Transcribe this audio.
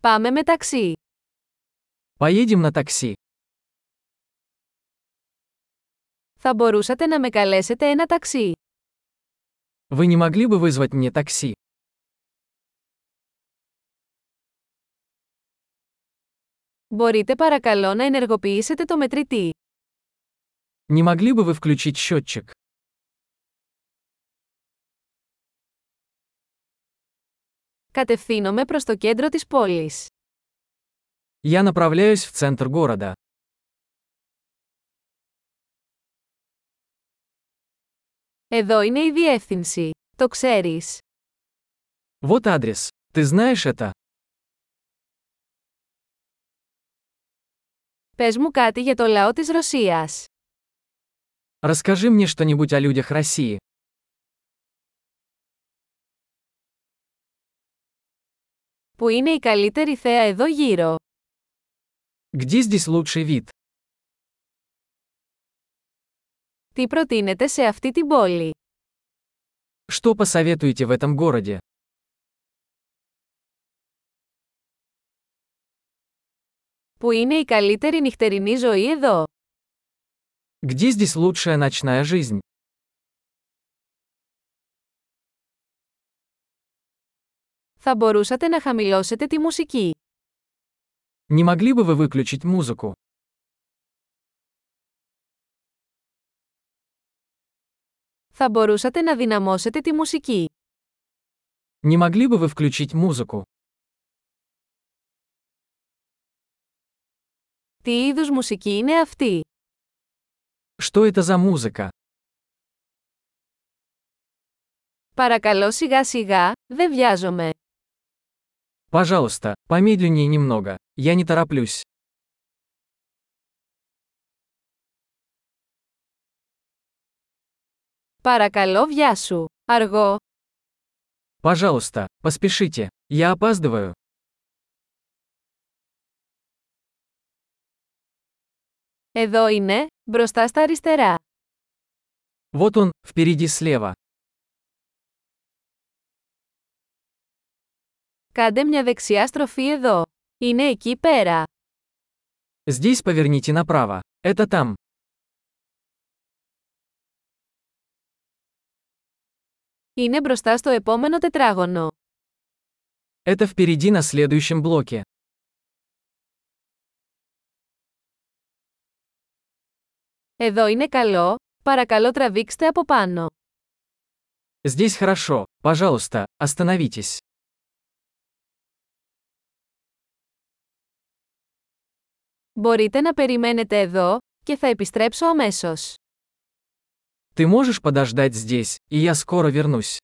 Πάμε με ταξί. Поедем на такси. Θα μπορούσατε να με καλέσετε ένα ταξί. Вы не могли бы вызвать мне такси? Μπορείτε παρακαλώ να ενεργοποιήσετε το μετρητή. Не могли бы вы включить счетчик? Κατευθύνομαι προς το κέντρο της πόλης. Я направляюсь в центр города. Εδώ είναι η διεύθυνση. Το ξέρεις. Вот адрес. Ты знаешь это? Πες μου κάτι για το λαό της Ρωσίας. Расскажи мне что-нибудь о людях России. Που είναι η καλύτερη θέα εδώ γύρω. Где здесь лучший вид? Τι προτείνετε σε αυτή την πόλη. Что посоветуете в этом городе? Που είναι η καλύτερη νυχτερινή ζωή εδώ. Где здесь лучшая ночная жизнь? Θα μπορούσατε να χαμηλώσετε τη μουσική. Не могли бы вы выключить музыку? Θα μπορούσατε να δυναμώσετε τη μουσική. Не могли бы вы включить музыку? Τι είδους μουσική είναι αυτή. Что это за музыка? Παρακαλώ σιγά σιγά, δεν βιάζομαι. Пожалуйста, помедленнее немного. Я не тороплюсь. Παρακαλώ βιάσου. Αργό. Пожалуйста, поспешите. Я опаздываю. Εδώ είναι, μπροστά στα αριστερά. Вот он, впереди слева. Κάντε μια δεξιά στροφή εδώ. Είναι εκεί πέρα. Здесь поверните направо. Это там. Είναι μπροστά στο επόμενο τετράγωνο. Это впереди на следующем блоке. Εδώ είναι καλό, παρακαλώ τραβήξτε από πάνω. Здесь хорошо. Пожалуйста, остановитесь. Μπορείτε να περιμένετε εδώ και θα επιστρέψω αμέσως. Ты можешь подождать здесь, и я скоро вернусь.